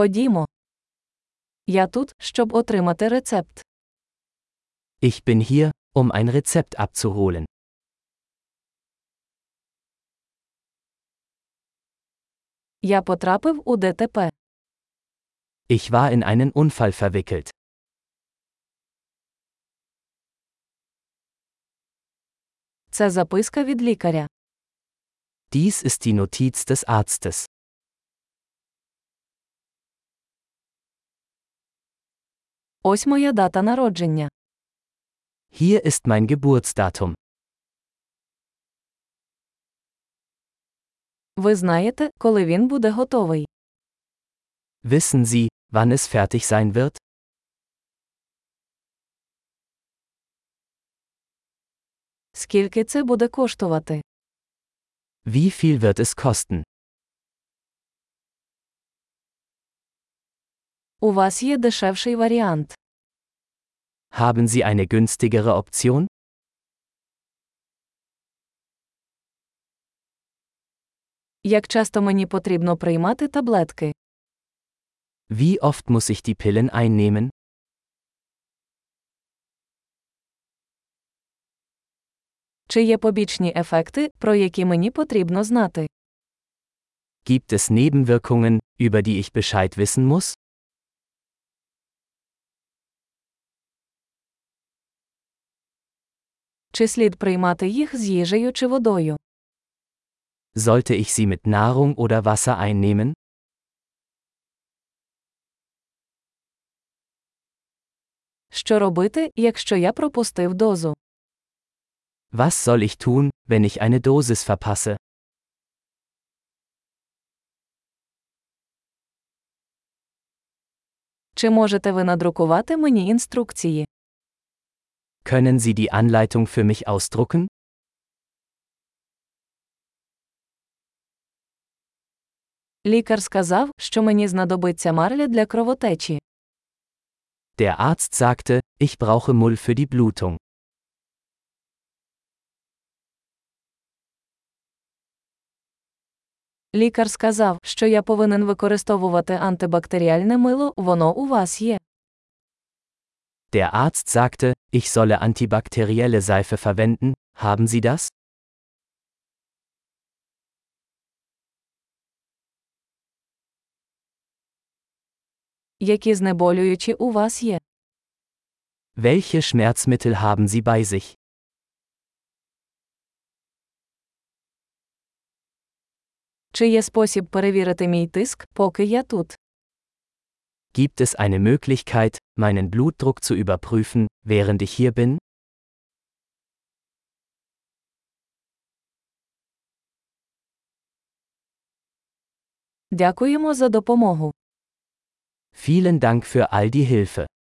Ходімо. Я тут, щоб отримати рецепт. Ich bin hier, um ein Rezept abzuholen. Я потрапив у ДТП. Ich war in einen Unfall verwickelt. Це записка від лікаря. Dies ist die Notiz des Arztes. Ось моя дата народження. Hier ist mein Geburtsdatum. Ви знаєте, коли він буде готовий. Wissen Sie, wann es fertig sein wird? Скільки це буде коштувати? Wie viel wird es kosten? У вас є дешевший варіант. Haben Sie eine günstigere Option? Як часто мені потрібно приймати таблетки? Wie oft muss ich die Pillen einnehmen? Чи є побічні ефекти, про які мені потрібно знати? Gibt es Nebenwirkungen, über die ich Bescheid wissen muss? Чи слід приймати їх з їжею чи водою? Sollte ich sie mit Nahrung oder Wasser einnehmen? Що робити, якщо я пропустив дозу? Was soll ich tun, wenn ich eine Dosis verpasse? Чи можете ви надрукувати мені інструкції? Können Sie die Anleitung für mich ausdrucken? Лікар сказав, що мені знадобиться марля для кровотечі. Der Arzt sagte, ich brauche Mull für die Blutung. Лікар сказав, що я повинен використовувати антибактеріальне мило, воно у вас є. Der Arzt sagte, ich solle antibakterielle Seife verwenden, haben Sie das? Які знеболюючі у вас є? Welche Schmerzmittel haben Sie bei sich? Чи є спосіб перевірити мій тиск, поки я тут? Gibt es eine Möglichkeit, meinen Blutdruck zu überprüfen, während ich hier bin? Дякуємо за допомогу. Vielen Dank für all die Hilfe.